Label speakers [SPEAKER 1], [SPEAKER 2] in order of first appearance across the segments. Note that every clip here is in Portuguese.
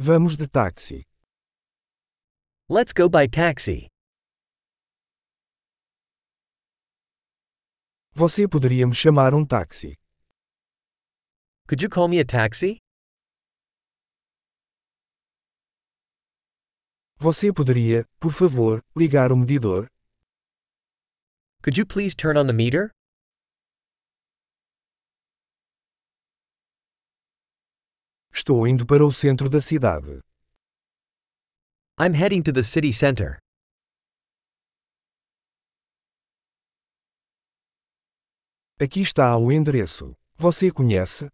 [SPEAKER 1] Vamos de táxi.
[SPEAKER 2] Let's go by taxi.
[SPEAKER 1] Você poderia me chamar um táxi?
[SPEAKER 2] Could you call me a taxi?
[SPEAKER 1] Você poderia, por favor, ligar o medidor?
[SPEAKER 2] Could you please turn on the meter?
[SPEAKER 1] Estou indo para o centro da cidade.
[SPEAKER 2] I'm heading to the city center.
[SPEAKER 1] Aqui está o endereço. Você conhece?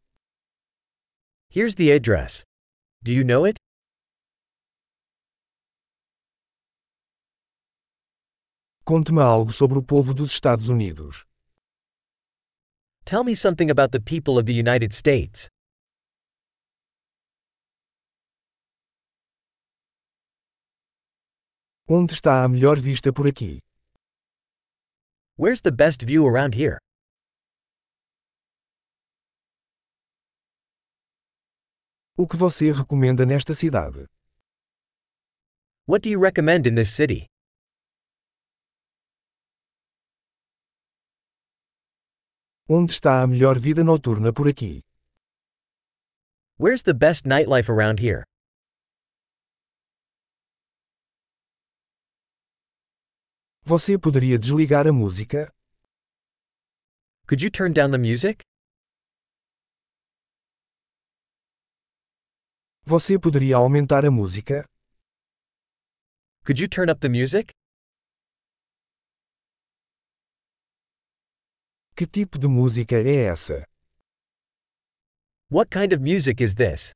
[SPEAKER 2] Here's the address. Do you know it?
[SPEAKER 1] Conte-me algo sobre o povo dos Estados Unidos.
[SPEAKER 2] Tell me something about the people of the United States.
[SPEAKER 1] Onde está a melhor vista por aqui?
[SPEAKER 2] Where's the best view around here?
[SPEAKER 1] O que você recomenda nesta cidade?
[SPEAKER 2] What do you recommend in this city?
[SPEAKER 1] Onde está a melhor vida noturna por aqui?
[SPEAKER 2] Where's the best nightlife around here?
[SPEAKER 1] Você poderia desligar a música?
[SPEAKER 2] Could you turn down the music?
[SPEAKER 1] Você poderia aumentar a música?
[SPEAKER 2] Could you turn up the music?
[SPEAKER 1] Que tipo de música é essa?
[SPEAKER 2] What kind of music is this?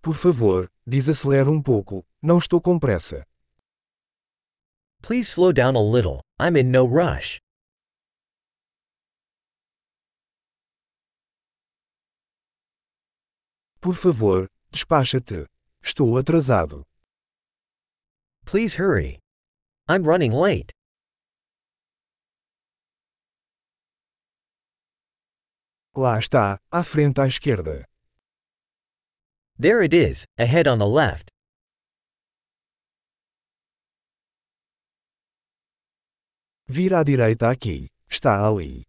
[SPEAKER 1] Por favor, desacelere um pouco. Não estou com pressa.
[SPEAKER 2] Please slow down a little. I'm in no rush.
[SPEAKER 1] Por favor, despacha-te. Estou atrasado.
[SPEAKER 2] Please hurry. I'm running late.
[SPEAKER 1] Lá está, à frente à esquerda.
[SPEAKER 2] There it is, ahead on the left.
[SPEAKER 1] Vira à direita aqui. Está ali.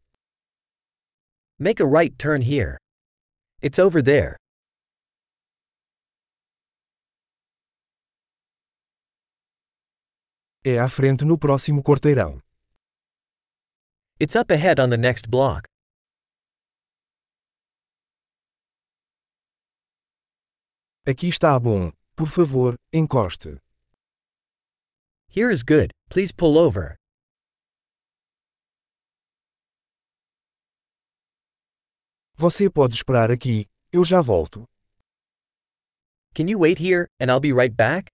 [SPEAKER 2] Make a right turn here. It's over there.
[SPEAKER 1] É à frente no próximo quarteirão.
[SPEAKER 2] It's up ahead on the next block.
[SPEAKER 1] Aqui está bom. Por favor, encoste.
[SPEAKER 2] Here is good. Please pull over.
[SPEAKER 1] Você pode esperar aqui. Eu já volto.
[SPEAKER 2] Can you wait here, and I'll be right back?